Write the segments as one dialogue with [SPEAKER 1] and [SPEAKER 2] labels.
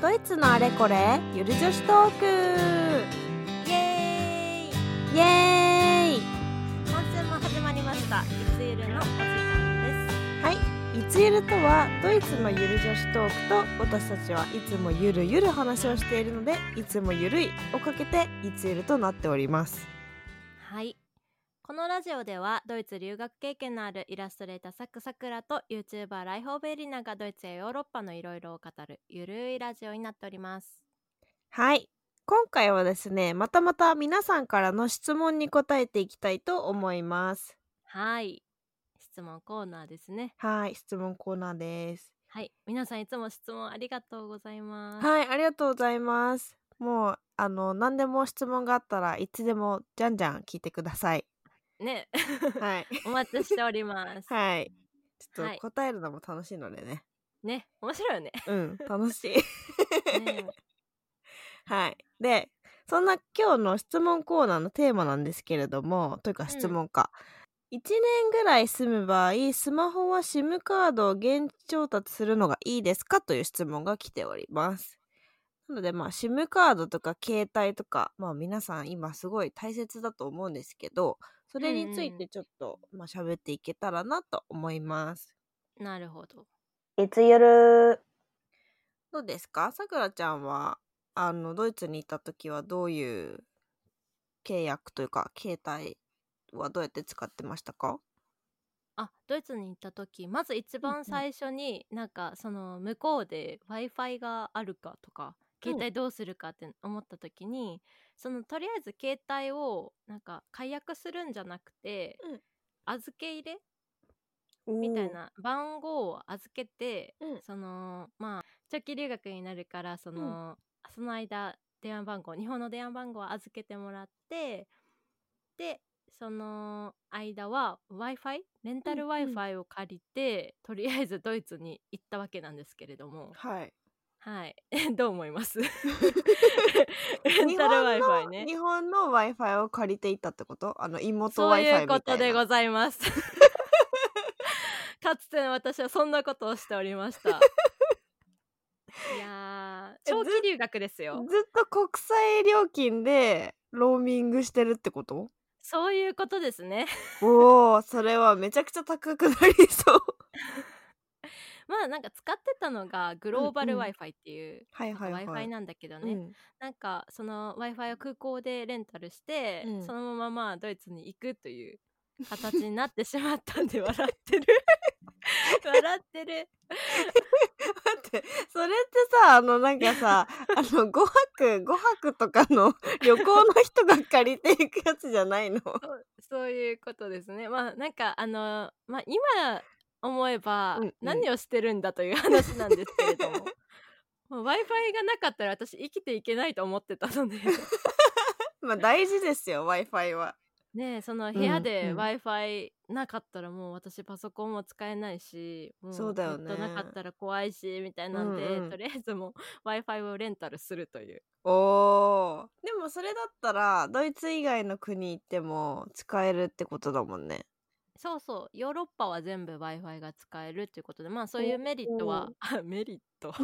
[SPEAKER 1] ドイツのあれこれゆる女子トーク
[SPEAKER 2] イエーイ
[SPEAKER 1] イエーイ
[SPEAKER 2] 今週も始まりましたいつゆるのお時間です
[SPEAKER 1] はい「いつゆる」とはドイツのゆる女子トークと私たちはいつもゆるゆる話をしているので「いつもゆるい」をかけて「いつゆる」となっております
[SPEAKER 2] はいこのラジオではドイツ留学経験のあるイラストレーターサクサクラと YouTuber ライホーベリナがドイツやヨーロッパのいろいろを語るゆるいラジオになっております
[SPEAKER 1] はい今回はですねまたまた皆さんからの質問に答えていきたいと思います
[SPEAKER 2] はい質問コーナーですね
[SPEAKER 1] はい質問コーナーです
[SPEAKER 2] はい皆さんいつも質問ありがとうございます
[SPEAKER 1] はい、ありがとうございます。もう、あの、何でも質問があったらいつでもじゃんじゃん聞いてください。
[SPEAKER 2] ね
[SPEAKER 1] はい。
[SPEAKER 2] お待ちしております
[SPEAKER 1] はい。ちょっ
[SPEAKER 2] は
[SPEAKER 1] と
[SPEAKER 2] い
[SPEAKER 1] 答えるのも楽しいのでね。
[SPEAKER 2] ね面白いよね
[SPEAKER 1] うん、 楽しい。
[SPEAKER 2] ね
[SPEAKER 1] はい。で、そんな今日の質問コーナーのテーマなんですけれども、というか質問か。1年ぐらい住む場合、スマホは SIM カードを現地調達するのがいいですかという質問が来ております。なので、まあ、SIM カードとか携帯とか、まあ、皆さん今すごい大切だと思うんですけど、それについてちょっと、まあ、喋っていけたらなと思います。
[SPEAKER 2] なるほど
[SPEAKER 1] いつゆるどうですかさくらちゃんはあのドイツにいた時はどういう契約というか携帯はどうやって使ってましたか
[SPEAKER 2] あドイツに行った時まず一
[SPEAKER 1] うんう
[SPEAKER 2] 番
[SPEAKER 1] ん
[SPEAKER 2] 最初に、なんかその向こうで w i f i があるかとか携帯どうするかって思った時に、そのとりあえず携帯をなんか解約するんじゃなくて、
[SPEAKER 1] うん
[SPEAKER 2] 預け入れみたいな番号を預けて、
[SPEAKER 1] うん
[SPEAKER 2] そのまあ長期留学になるからその、その間電話番号日本の電話番号を預けてもらってでその間は w i f i レンタル
[SPEAKER 1] うん
[SPEAKER 2] w
[SPEAKER 1] う
[SPEAKER 2] i
[SPEAKER 1] ん
[SPEAKER 2] f i を借りて、とりあえずドイツに行ったわけなんですけれども
[SPEAKER 1] はい
[SPEAKER 2] はいどう思います レン
[SPEAKER 1] 日
[SPEAKER 2] タル w i
[SPEAKER 1] 本
[SPEAKER 2] f i
[SPEAKER 1] の、
[SPEAKER 2] ね
[SPEAKER 1] 日本の w i f i を借りていったってことあの妹
[SPEAKER 2] そ
[SPEAKER 1] w
[SPEAKER 2] う
[SPEAKER 1] i f
[SPEAKER 2] い
[SPEAKER 1] i
[SPEAKER 2] う
[SPEAKER 1] みた
[SPEAKER 2] こ
[SPEAKER 1] いな
[SPEAKER 2] とでございます。 かつての私はそんなことをしておりました。いやー
[SPEAKER 1] え
[SPEAKER 2] 長期留学ですよ。
[SPEAKER 1] ずっと国際料金でローミングしてるってこと
[SPEAKER 2] そういうことですね。
[SPEAKER 1] おおそれはめちゃくちゃ高くなりそう
[SPEAKER 2] まあなんか使ってたのがグローバル
[SPEAKER 1] うん
[SPEAKER 2] w i f i っていう、
[SPEAKER 1] はいはい
[SPEAKER 2] な
[SPEAKER 1] は
[SPEAKER 2] ん
[SPEAKER 1] い
[SPEAKER 2] か w i f i なんだけどね、
[SPEAKER 1] うん
[SPEAKER 2] なんかその w i f i を空港でレンタルして、
[SPEAKER 1] うん
[SPEAKER 2] そのまままあドイツに行くという形になってしまったんで笑ってる笑ってる
[SPEAKER 1] 待ってそれってさあのなんかさあの5泊5泊とかの旅行の人が借りていくやつじゃないの
[SPEAKER 2] そうそういうことですね。まあなんかあのまあ今思えば
[SPEAKER 1] うんうん
[SPEAKER 2] 何をしてるんだという話なんですけれども、w i f i がなかったら私生きていけないと思ってたので
[SPEAKER 1] まあ大事ですよ w i f i は
[SPEAKER 2] ねえその部屋
[SPEAKER 1] うん
[SPEAKER 2] で
[SPEAKER 1] うん
[SPEAKER 2] w i f i なかったらもう私パソコンも使えないしも
[SPEAKER 1] そうだよね
[SPEAKER 2] ネットなかったら怖いしみたいなんで、
[SPEAKER 1] うんうん
[SPEAKER 2] とりあえずもう w i f i をレンタルするという。
[SPEAKER 1] おーでもそれだったらドイツ以外の国行っても使えるってことだもんね
[SPEAKER 2] そうそうヨーロッパは全部 w i f i が使えるということでまあそういうメリットは メリット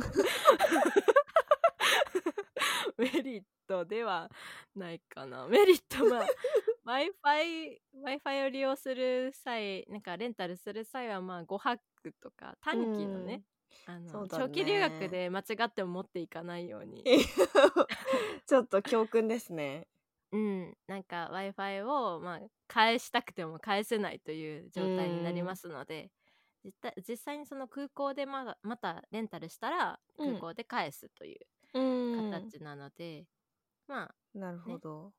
[SPEAKER 2] メリットではないかなメリットは w i f i w i f i を利用する際なんかレンタルする際はまあ5泊とか短期のね,、あ
[SPEAKER 1] そ
[SPEAKER 2] の
[SPEAKER 1] うだね
[SPEAKER 2] 長期留学で間違っても持っていかないよう
[SPEAKER 1] うん
[SPEAKER 2] に
[SPEAKER 1] ちょっと教訓ですね
[SPEAKER 2] うん、なんか w i f i を、まあ、返したくても返せないという状態になりますので実際実際にその空港でまだまたレンタルしたら
[SPEAKER 1] うん
[SPEAKER 2] 空港で返すという
[SPEAKER 1] うん
[SPEAKER 2] 形なので、まあ
[SPEAKER 1] なるほど、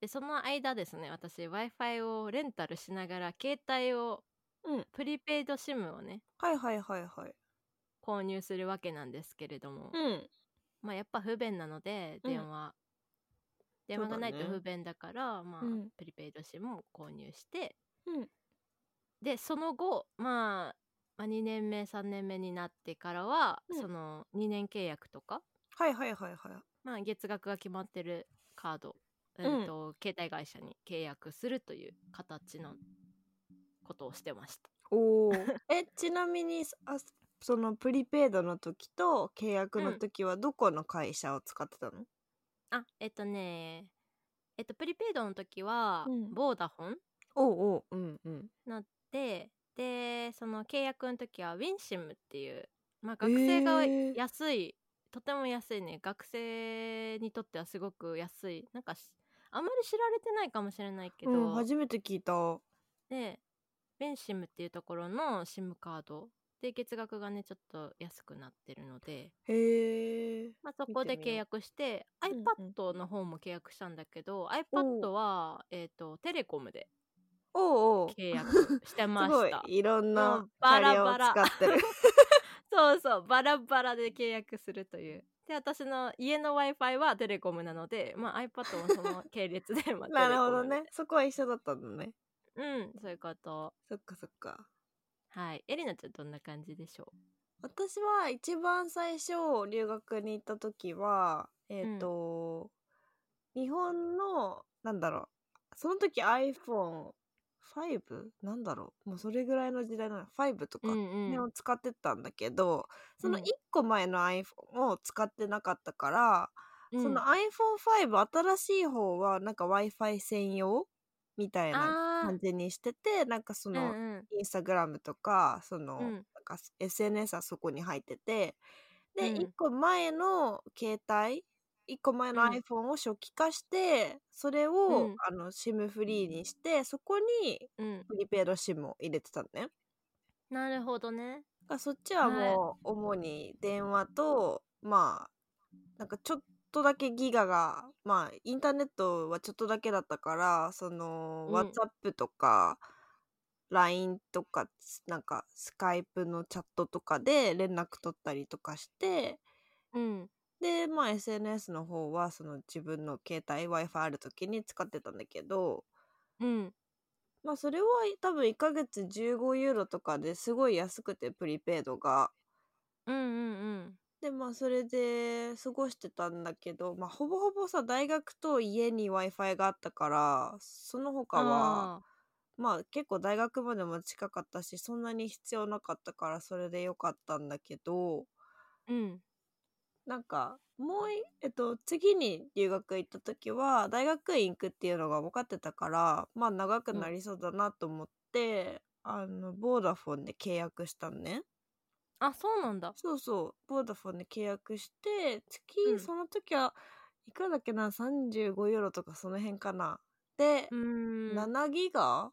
[SPEAKER 2] でその間ですね私 w i f i をレンタルしながら携帯を、
[SPEAKER 1] うん
[SPEAKER 2] プリペイド SIM をね
[SPEAKER 1] はいはいはいはい
[SPEAKER 2] 購入するわけなんですけれども、
[SPEAKER 1] うん
[SPEAKER 2] まあやっぱ不便なので
[SPEAKER 1] うん
[SPEAKER 2] 電話、電話がないと不便だからまあ、
[SPEAKER 1] うん
[SPEAKER 2] プリペイド SIM を購入して、
[SPEAKER 1] うん
[SPEAKER 2] でその後、まあ、まあ2年目3年目になってからは、
[SPEAKER 1] うん
[SPEAKER 2] その2年契約とか、
[SPEAKER 1] はいはいはいはい
[SPEAKER 2] まあ、月額が決まってるカード、え
[SPEAKER 1] ん
[SPEAKER 2] っと携帯会社に契約するという形のことをしてました。
[SPEAKER 1] おおえちなみにあそのプリペイドの時と契約の時はどこの会社を使ってたの、
[SPEAKER 2] あえっとねえっとプリペイドの時は、
[SPEAKER 1] うん
[SPEAKER 2] ボーダフォン
[SPEAKER 1] おうおううんうん
[SPEAKER 2] なってでその契約の時はウィンシムっていう、まあ、学生が
[SPEAKER 1] えー
[SPEAKER 2] 安い、とても安いね学生にとってはすごく安いなんかしあんまり知られてないかもしれないけど、
[SPEAKER 1] うん初めて聞いた
[SPEAKER 2] でベンシムっていうところの SIM カードで月額がねちょっと安くなってるので、
[SPEAKER 1] へえ
[SPEAKER 2] まあ、そこで
[SPEAKER 1] 見てみよう
[SPEAKER 2] 契約して
[SPEAKER 1] うんうん
[SPEAKER 2] iPad の方も契約したんだけど、
[SPEAKER 1] おう
[SPEAKER 2] iPad は、えー、とテレコムで
[SPEAKER 1] おうおう
[SPEAKER 2] 契 約してますし
[SPEAKER 1] ご
[SPEAKER 2] た
[SPEAKER 1] いいろん
[SPEAKER 2] う
[SPEAKER 1] なんキャ
[SPEAKER 2] バラ
[SPEAKER 1] リアを
[SPEAKER 2] バラ
[SPEAKER 1] 使 ってる
[SPEAKER 2] そうそうバラバラで契約するというで私の家の w i f i はテレコムなので、まあ、iPad もその系列で、ま あ、
[SPEAKER 1] なるほど
[SPEAKER 2] テレコムで
[SPEAKER 1] ねそこは一緒だったんだね
[SPEAKER 2] うんそういうこと
[SPEAKER 1] そっかそっか
[SPEAKER 2] はいエリナちゃんどんな感じでしょ
[SPEAKER 1] 私は一番最初留学に行った時はえっ、と、日本のなんだろうその時 iPhone5 なんだろうもうそれぐらいの時代なの5と
[SPEAKER 2] う
[SPEAKER 1] か、
[SPEAKER 2] んうん
[SPEAKER 1] を使ってたんだけどその
[SPEAKER 2] う
[SPEAKER 1] 1
[SPEAKER 2] ん
[SPEAKER 1] 個前の iPhone を使ってなかったから、その iPhone5 新しい方はなんか w i f i 専用みたいな
[SPEAKER 2] あ
[SPEAKER 1] 感じにしててなんかそ
[SPEAKER 2] ーう
[SPEAKER 1] の、
[SPEAKER 2] んうん
[SPEAKER 1] インスタグラムとかその、
[SPEAKER 2] うん
[SPEAKER 1] なんか SNS はそこに入っててで、
[SPEAKER 2] うん
[SPEAKER 1] 1個前の携帯1個前の
[SPEAKER 2] うん
[SPEAKER 1] iPhone を初期化して、それを、
[SPEAKER 2] うん
[SPEAKER 1] あの SIM フリーにしてそこに
[SPEAKER 2] うん、
[SPEAKER 1] プリペイド SIM を入れてたのね。
[SPEAKER 2] なるほどね。
[SPEAKER 1] だからそっちは
[SPEAKER 2] はい
[SPEAKER 1] もう主に電話と、まあなんかちょっとだけギガがまあインターネットはちょっとだけだったからその、
[SPEAKER 2] うん
[SPEAKER 1] WhatsApp とか LINE とかなんか Skype のチャットとかで連絡取ったりとかして
[SPEAKER 2] うん。
[SPEAKER 1] でまあ SNS の方はその自分の携帯 w i f i ある時に使ってたんだけど
[SPEAKER 2] うん。
[SPEAKER 1] まあそれは多分1ヶ月15ユーロとかですごい安くてプリペイドが。
[SPEAKER 2] うんうん
[SPEAKER 1] でまあそれで過ごしてたんだけど、まあ、ほぼほぼさ大学と家に w i f i があったからその
[SPEAKER 2] うん。
[SPEAKER 1] 他は
[SPEAKER 2] あ
[SPEAKER 1] まあ結構大学までも近かったしそんなに必要なかったからそれでよかったんだけど
[SPEAKER 2] あ。うん。
[SPEAKER 1] なんかもういえっと次に留学行った時は大学院行くっていうのが分かってたからまあ長くなりそうだなと思って、あのボーダフォンで契約したのね。
[SPEAKER 2] あ、そうなんだ。
[SPEAKER 1] そうそう、ボーダフォンで契約して、月、
[SPEAKER 2] うん
[SPEAKER 1] その時は、いくらだっけな、35ユーロとかその辺かな。で
[SPEAKER 2] う、ーん。
[SPEAKER 1] 7ギガ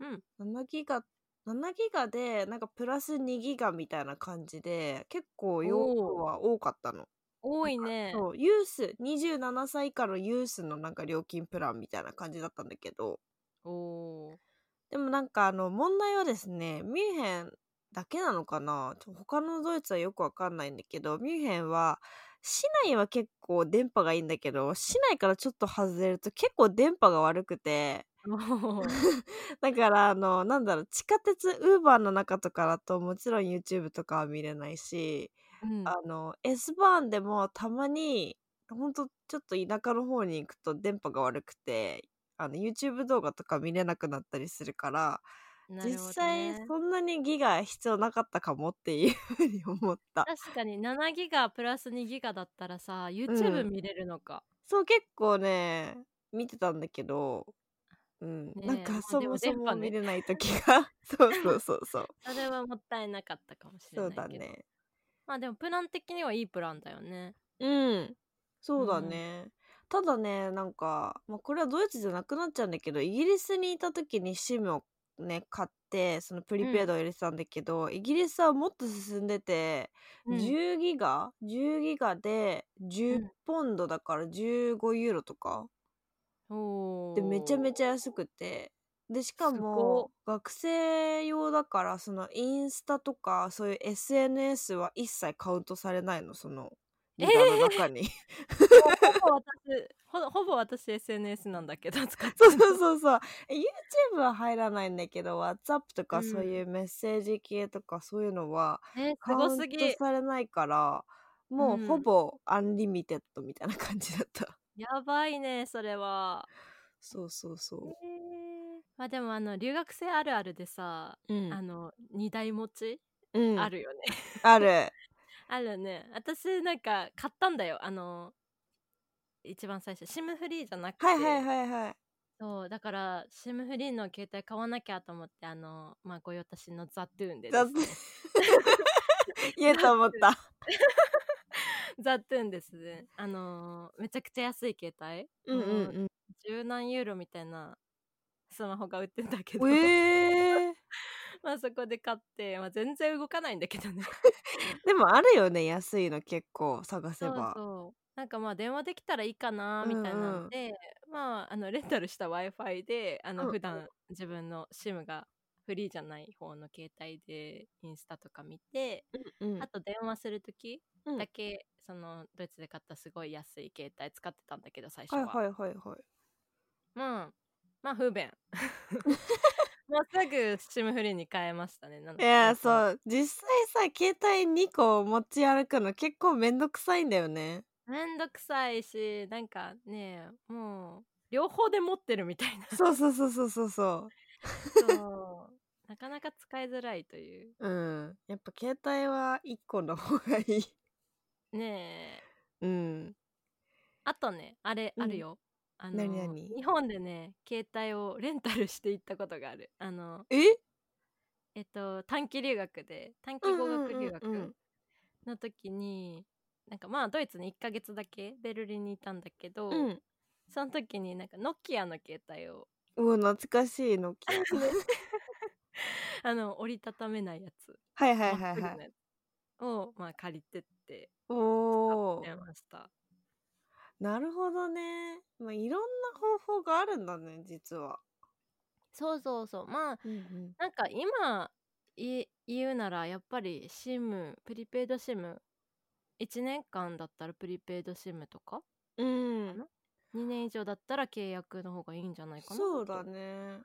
[SPEAKER 2] うん。
[SPEAKER 1] ?7 ギガ、7ギガで、なんかプラス2ギガみたいな感じで、結構容量は多かったの。
[SPEAKER 2] 多いね。
[SPEAKER 1] そう、ユース、27歳以下のユースのなんか料金プランみたいな感じだったんだけど、
[SPEAKER 2] おー
[SPEAKER 1] でもなんかあの問題はですねミュンヘンだけなのかなちょ他のドイツはよくわかんないんだけどミュンヘンは市内は結構電波がいいんだけど市内からちょっと外れると結構電波が悪くて
[SPEAKER 2] おー。
[SPEAKER 1] だからあのなんだろう地下鉄ウーバーの中とかだともちろん YouTube とかは見れないし、
[SPEAKER 2] うん。
[SPEAKER 1] あの S バーンでもたまにほんとちょっと田舎の方に行くと電波が悪くてあの YouTube 動画とか見れなくなったりするから
[SPEAKER 2] なる
[SPEAKER 1] 実
[SPEAKER 2] ほど
[SPEAKER 1] 際
[SPEAKER 2] ね。
[SPEAKER 1] そんなにギガ必要なかったかもっていうふうに思った
[SPEAKER 2] 確かに7ギガプラス2ギガだったらさ、
[SPEAKER 1] う
[SPEAKER 2] YouTube
[SPEAKER 1] ん
[SPEAKER 2] 見れるのか。
[SPEAKER 1] そう結構ね見てたんだけどうん、
[SPEAKER 2] え
[SPEAKER 1] なんか
[SPEAKER 2] まあ
[SPEAKER 1] そ
[SPEAKER 2] で
[SPEAKER 1] も
[SPEAKER 2] も
[SPEAKER 1] そ
[SPEAKER 2] 電
[SPEAKER 1] も
[SPEAKER 2] 波ね
[SPEAKER 1] 見れない時 が そうそうそうそう
[SPEAKER 2] それはもったいなかったかもしれ
[SPEAKER 1] そ
[SPEAKER 2] な
[SPEAKER 1] う
[SPEAKER 2] いけど。
[SPEAKER 1] だ。ね
[SPEAKER 2] まあでもプラン的にはいいプランだよね。
[SPEAKER 1] うんそうだ
[SPEAKER 2] うん
[SPEAKER 1] ね、ただねなんか、まあ、これはドイツじゃなくなっちゃうんだけどイギリスにいた時に SIM をね買ってそのプリペイドを入れてたんだけど、イギリスはもっと進んでて、
[SPEAKER 2] うん。
[SPEAKER 1] 10ギガ10ギガで
[SPEAKER 2] う
[SPEAKER 1] 10
[SPEAKER 2] ん
[SPEAKER 1] ポンドだから15ユーロとか
[SPEAKER 2] おー。
[SPEAKER 1] でめちゃめちゃ安くてでしか
[SPEAKER 2] す
[SPEAKER 1] も
[SPEAKER 2] ご
[SPEAKER 1] 学生用だからそのインスタとかそういう SNS は一切カウントされないのそのギガの中 に、
[SPEAKER 2] ほぼ私ほほぼ私 SNS なんだけど使って
[SPEAKER 1] そうそうそうそう YouTube は入らないんだけど WhatsApp とか
[SPEAKER 2] うん
[SPEAKER 1] そういうメッセージ系とかそういうのは
[SPEAKER 2] えー
[SPEAKER 1] カ
[SPEAKER 2] す
[SPEAKER 1] ウ
[SPEAKER 2] ご
[SPEAKER 1] ン
[SPEAKER 2] す
[SPEAKER 1] ト
[SPEAKER 2] ぎ
[SPEAKER 1] されないからもううんほぼアンリミテッドみたいな感じだった、
[SPEAKER 2] やばいねそれは
[SPEAKER 1] そうそうそ
[SPEAKER 2] まあでもあの留学生あるあるでさ、
[SPEAKER 1] う、うん、
[SPEAKER 2] あの二台持ち
[SPEAKER 1] うん、
[SPEAKER 2] あるよね、
[SPEAKER 1] あ る
[SPEAKER 2] あるね私なんか買ったんだよあの一番最初シムフリーじゃなくて、
[SPEAKER 1] はいはいはいはい
[SPEAKER 2] そうだからシムフリーの携帯買わなきゃと思ってあのまあご用達のザ・トゥーンでです
[SPEAKER 1] だって 言えと思った
[SPEAKER 2] ザ・トゥーンですねあのめちゃくちゃ安い携帯
[SPEAKER 1] うんうん
[SPEAKER 2] 十何ユーロみたいなスマホが売ってんだけ
[SPEAKER 1] う
[SPEAKER 2] ど、
[SPEAKER 1] んえー、
[SPEAKER 2] まあそこで買って、まあ、全然動かないんだけどね
[SPEAKER 1] でもあるよね安いの結構探せ
[SPEAKER 2] そう
[SPEAKER 1] ば
[SPEAKER 2] そうなんかまあ電話できたらいいかなみたいなので、まああのレンタルした w i f i であ
[SPEAKER 1] うん
[SPEAKER 2] の
[SPEAKER 1] うん
[SPEAKER 2] 普段自分の SIM がフリーじゃない方の携帯でインスタとか見て、
[SPEAKER 1] うんうん
[SPEAKER 2] あと電話する時
[SPEAKER 1] うん
[SPEAKER 2] だけ、そのドイツで買ったすごい安い携帯使ってたんだけど最初
[SPEAKER 1] は
[SPEAKER 2] は、
[SPEAKER 1] いはいはいはい
[SPEAKER 2] まあ、まあ不便。 もうすぐスチームフリーに変えましたね。なん
[SPEAKER 1] い
[SPEAKER 2] だ
[SPEAKER 1] や
[SPEAKER 2] う。
[SPEAKER 1] そう実際さ携帯2個持ち歩くの結構めんどくさいんだよ ね
[SPEAKER 2] めんどくさいし、なんかね、もう、両方で持ってるみたいな。
[SPEAKER 1] そうそうそうそうそうそ
[SPEAKER 2] そうな かなか使いづらいという。
[SPEAKER 1] ううんやっぱ携帯は1個の方がい い
[SPEAKER 2] ねえ。
[SPEAKER 1] うん
[SPEAKER 2] あとね、あれ、
[SPEAKER 1] うん
[SPEAKER 2] あるよ。あの
[SPEAKER 1] 何々
[SPEAKER 2] 日本でね、携帯をレンタルして行ったことがある。あの、
[SPEAKER 1] え
[SPEAKER 2] えっと、短期留学で、短期語学留
[SPEAKER 1] うんうんうんう
[SPEAKER 2] 学
[SPEAKER 1] ん
[SPEAKER 2] の時に、なんかまあドイツに1ヶ月だけベルリンにいたんだけど、
[SPEAKER 1] うん
[SPEAKER 2] その時になんかノキアの携帯を
[SPEAKER 1] うわ懐かしいの聞いて
[SPEAKER 2] あの折りたためないやつ、
[SPEAKER 1] はいはいは
[SPEAKER 2] 真っ
[SPEAKER 1] い
[SPEAKER 2] 黒
[SPEAKER 1] は
[SPEAKER 2] ないやつをまあ借りてって
[SPEAKER 1] おお
[SPEAKER 2] 使ってました
[SPEAKER 1] なるほどね、まあ、いろんな方法があるんだね実は、
[SPEAKER 2] そうそうそうまあ
[SPEAKER 1] うん
[SPEAKER 2] なんか今い言うならやっぱり SIM プリペイド SIM1 年間だったらプリペイド SIM とか
[SPEAKER 1] うんうん、
[SPEAKER 2] 2年以上だったら契約の方がいいんじゃないかな
[SPEAKER 1] そうだね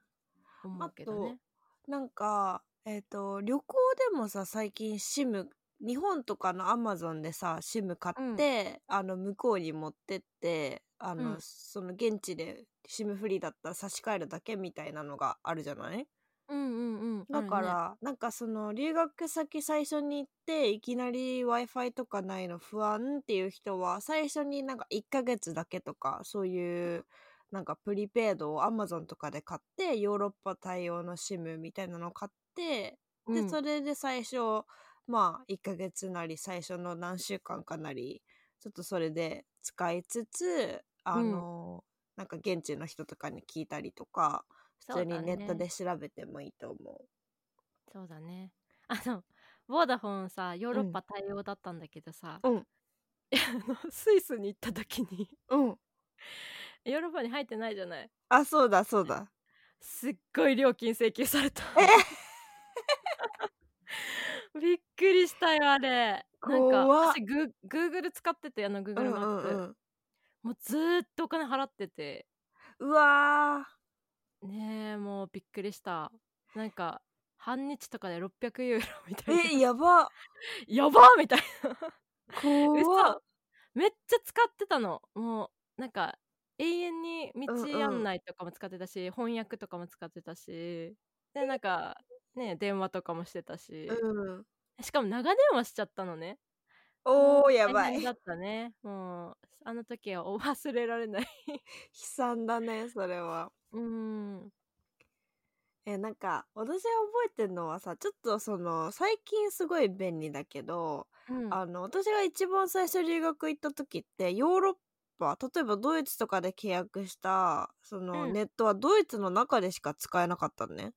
[SPEAKER 2] と思うけどね
[SPEAKER 1] なんか、えっ、と、旅行でもさ、最近 SIM、日本とかのアマゾンでさ、SIM 買って、あの、向こうに持ってって、あの、
[SPEAKER 2] うん
[SPEAKER 1] その現地で SIM フリーだったら差し替えるだけみたいなのがあるじゃない
[SPEAKER 2] うんうんうん
[SPEAKER 1] だか
[SPEAKER 2] あ
[SPEAKER 1] ら、なんかその、留学先最初に行って、いきなり Wi-Fi とかないの不安っていう人は、最初になんか1ヶ月だけとか、そういう、なんかプリペイドを Amazon とかで買って、ヨーロッパ対応の SIM みたいなのを買って、
[SPEAKER 2] るね、
[SPEAKER 1] で、そ
[SPEAKER 2] れ
[SPEAKER 1] れで最初、まあ、1ヶ月なり、最初の何週間かなり、ちょっとそれで使いつつ、あの、なんか現地の人とかに聞いたりとか、普通にネットで調べてもいいと思う。
[SPEAKER 2] そうだね。あの、ボーダフォンさ、ヨーロッ
[SPEAKER 1] う
[SPEAKER 2] パ対応だったんだけど さ、
[SPEAKER 1] うん
[SPEAKER 2] いやあのスイスに行った時に、
[SPEAKER 1] うん。
[SPEAKER 2] ヨーロッパに入ってないじゃない。
[SPEAKER 1] あ、そうだ、そうだ。
[SPEAKER 2] すっごい料金請求さ れた。びっくりしたよ、あれ。なんか、
[SPEAKER 1] 怖っ
[SPEAKER 2] 私グ、Google 使ってて、あの、
[SPEAKER 1] うん
[SPEAKER 2] Google
[SPEAKER 1] う
[SPEAKER 2] マッ
[SPEAKER 1] ん
[SPEAKER 2] プ。
[SPEAKER 1] うん。
[SPEAKER 2] もうずーっとお金払ってて、
[SPEAKER 1] うわ
[SPEAKER 2] ねえ、もうびっくりした。なんか、半日とかで600ユーロみ たいな。
[SPEAKER 1] ー。え、やば。
[SPEAKER 2] やばーみたいな。
[SPEAKER 1] 怖っ
[SPEAKER 2] 嘘めっちゃ使ってたのもうなんか永遠に
[SPEAKER 1] うんうん
[SPEAKER 2] 道案内とかも使ってたし、翻訳とかも使ってたしでなんかね電話とかもしてたし、
[SPEAKER 1] うん。
[SPEAKER 2] しかも長電話しちゃったのね
[SPEAKER 1] お
[SPEAKER 2] も
[SPEAKER 1] ー、
[SPEAKER 2] う
[SPEAKER 1] やばい。
[SPEAKER 2] 大 変だ
[SPEAKER 1] 悲
[SPEAKER 2] ったねもう あの時はお忘れられない
[SPEAKER 1] 惨だね、それは。
[SPEAKER 2] うん
[SPEAKER 1] え、なんか、私は覚えてるのはさ、ちょっとその、最近すごい便利だけど、
[SPEAKER 2] うん
[SPEAKER 1] あの、私が一番最初留学行った時って、ヨーロッパ、例えばドイツとかで契約した、その、
[SPEAKER 2] うん
[SPEAKER 1] ネットはドイツの中でしか使えなかったのね。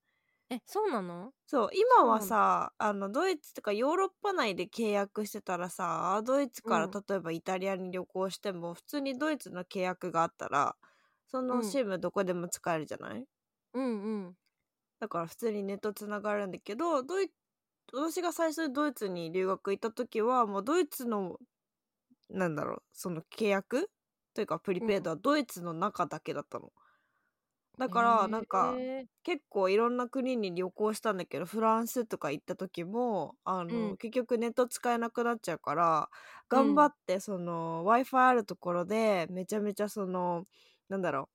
[SPEAKER 2] えそうなの
[SPEAKER 1] そう
[SPEAKER 2] そ
[SPEAKER 1] 今
[SPEAKER 2] う
[SPEAKER 1] は
[SPEAKER 2] なんだ
[SPEAKER 1] さあのドイツとかヨーロッパ内で契約してたらさドイツから
[SPEAKER 2] うん
[SPEAKER 1] 例えばイタリアに旅行しても普通にドイツの契約があったらそうの
[SPEAKER 2] ん
[SPEAKER 1] シムどこでも使えるじゃない、
[SPEAKER 2] うんうん
[SPEAKER 1] だから普通にネットつながるんだけどドイ私が最初にドイツに留学行った時はもうドイツのなんだろうその契約というかプリペイドはドイツの中だけだったの。だからなんか、
[SPEAKER 2] えー
[SPEAKER 1] 結構いろんな国に旅行したんだけどフランスとか行った時もあの、
[SPEAKER 2] うん
[SPEAKER 1] 結局ネット使えなくなっちゃうから
[SPEAKER 2] う
[SPEAKER 1] 頑
[SPEAKER 2] ん
[SPEAKER 1] 張ってその、w i f i あるところでめちゃめちゃそのなんだろう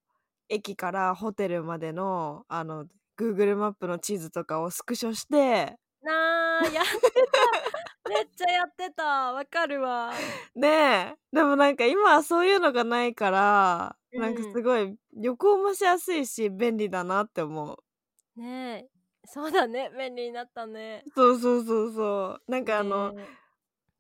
[SPEAKER 1] 駅からホテルまでのあの Google マップの地図とかをスクショして
[SPEAKER 2] なーやってた めっちゃやってたわかるわ
[SPEAKER 1] ねえでもなんか今はそういうのがないから、
[SPEAKER 2] うん
[SPEAKER 1] なんかすごい旅行もしやすいし便利だなって思う
[SPEAKER 2] ねえそうだね便利になったね
[SPEAKER 1] そうそうそうそうなんかあの、
[SPEAKER 2] ね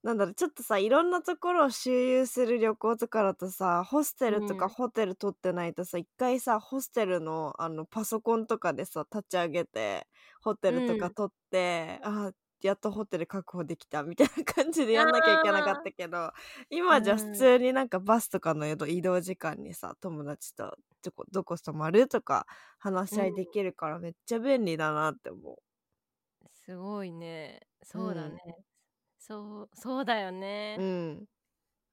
[SPEAKER 1] なんだろうちょっとさいろんなところを周遊する旅行とかだとさホステルと
[SPEAKER 2] う
[SPEAKER 1] か
[SPEAKER 2] ん
[SPEAKER 1] ホテル取ってないとさ一、回さホステルのあのパソコンとかでさ立ち上げてホテルと
[SPEAKER 2] う
[SPEAKER 1] か
[SPEAKER 2] ん
[SPEAKER 1] 取って、あーやっとホテル確保できたみたいな感じでやんなきゃいけなかったけど今じゃ普通になんかバスとかの移動時間にさ友達とどこどこ泊まるとか話し合いできるからめっちゃ便利だなって思
[SPEAKER 2] すごいねそうだ
[SPEAKER 1] うん
[SPEAKER 2] ね、そうそうだよね
[SPEAKER 1] う。うん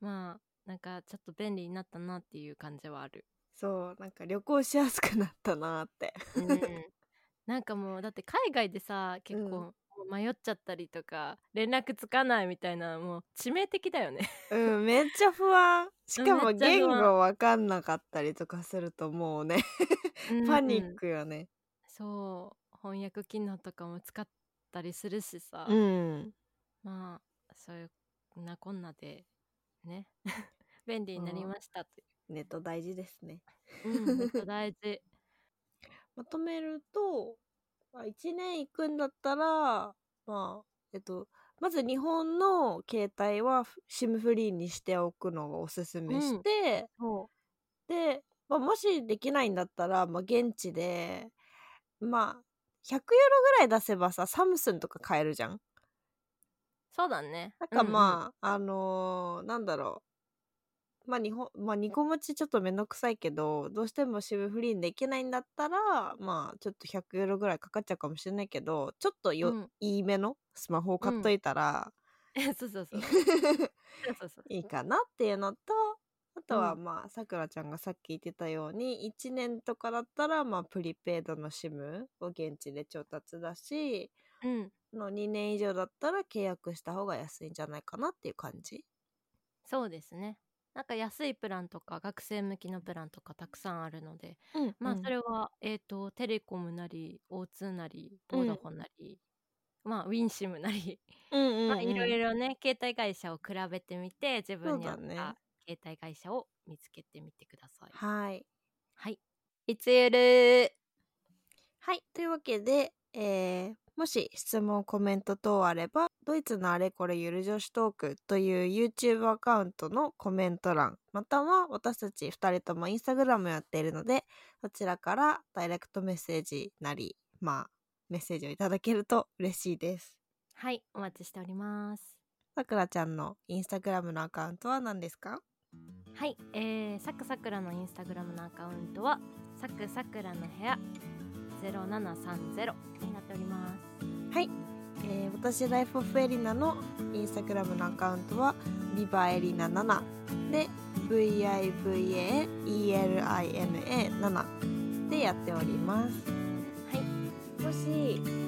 [SPEAKER 2] まあなんかちょっと便利になったなっていう感じはある、
[SPEAKER 1] そうなんか旅行しやすくなったなって。
[SPEAKER 2] なんかもうだって海外でさ結構迷っちゃったりとか、連絡つかないみたいなもう致命的だよね
[SPEAKER 1] うん、めっちゃ不安。しか
[SPEAKER 2] め
[SPEAKER 1] も
[SPEAKER 2] っちゃ不安
[SPEAKER 1] 言語わかんなかったりとかするともうね、パニ
[SPEAKER 2] うんう
[SPEAKER 1] ッ
[SPEAKER 2] ん
[SPEAKER 1] クよね。
[SPEAKER 2] そう翻訳機能とかも使ったりするしさ、
[SPEAKER 1] うん。
[SPEAKER 2] まあそういうこんなこんなでね 便利になりましたとい
[SPEAKER 1] ネット大事ですね。
[SPEAKER 2] う、うん、めっちゃ 大事
[SPEAKER 1] まとめると、まあ、1年行くんだったら、まあ、えっと、まず日本の携帯は SIM フリーにしておくのをおすすめして、
[SPEAKER 2] そ
[SPEAKER 1] で、まあ、もしできないんだったら、まあ、現地で、まあ、100ユーロぐらい出せばさ、サムスンとか買えるじゃん。
[SPEAKER 2] そうだね
[SPEAKER 1] なんかまあ、あのーなんだろう。まあ、日本、まあ、2個持ちちょっとめんどくさいけど、どうしてもシムフリーにできないんだったら、まあ、ちょっと100ユーロぐらいかかっちゃうかもしれないけど、ちょっとよ、
[SPEAKER 2] うん
[SPEAKER 1] いいめのスマホを買っといたら、
[SPEAKER 2] うんうんそうそうそうそうそうそう
[SPEAKER 1] いいかなっていうのと、あとは
[SPEAKER 2] う
[SPEAKER 1] まあ、さくらちゃんがさっき言ってたように、1年とかだったら、まあ、プリペイドのシムを現地で調達だし、
[SPEAKER 2] うん
[SPEAKER 1] の2年以上だったら契約した方が安いんじゃないかなっていう感じ。
[SPEAKER 2] そうですねなんか安いプランとか学生向きのプランとかたくさんあるので
[SPEAKER 1] うん
[SPEAKER 2] まあそれは、えっ、とテレコムなり O2 なりボーダフォンなり、まあウィンシムなり、
[SPEAKER 1] うんうんうん
[SPEAKER 2] まあいろいろね携帯会社を比べてみて自分に合っ
[SPEAKER 1] そうだね
[SPEAKER 2] た携帯会社を見つけてみてください
[SPEAKER 1] はい。
[SPEAKER 2] はいいつゆる
[SPEAKER 1] はい。というわけで、えーもし質問、コメント等あれば、ドイツのあれこれゆる女子トークという YouTube アカウントのコメント欄、または私たち2人とも Instagram やっているので、そちらからダイレクトメッセージなり、まあ、メッセージをいただけると嬉しいです。
[SPEAKER 2] はいお待ちしております
[SPEAKER 1] さくらちゃんの Instagram のアカウントは何ですか
[SPEAKER 2] はい、えー、サクサクラのインスタグラムのアカウントはサクサクラの部屋0730になっております
[SPEAKER 1] えー私ライフオフエリナのインスタグラムのアカウントはビバエリナ7で VIVAELINA7 でやっております
[SPEAKER 2] はい
[SPEAKER 1] もし、えー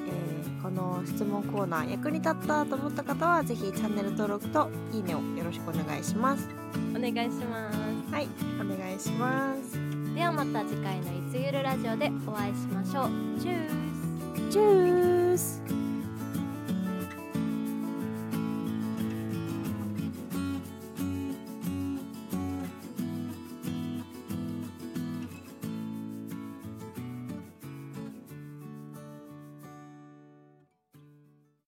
[SPEAKER 1] この質問コーナー役に立ったと思った方はぜひチャンネル登録といいねをよろしくお願いします
[SPEAKER 2] お願いします
[SPEAKER 1] はいお願いします
[SPEAKER 2] ではまた次回のいつゆるラジオでお会いしましょうチュース
[SPEAKER 1] チュース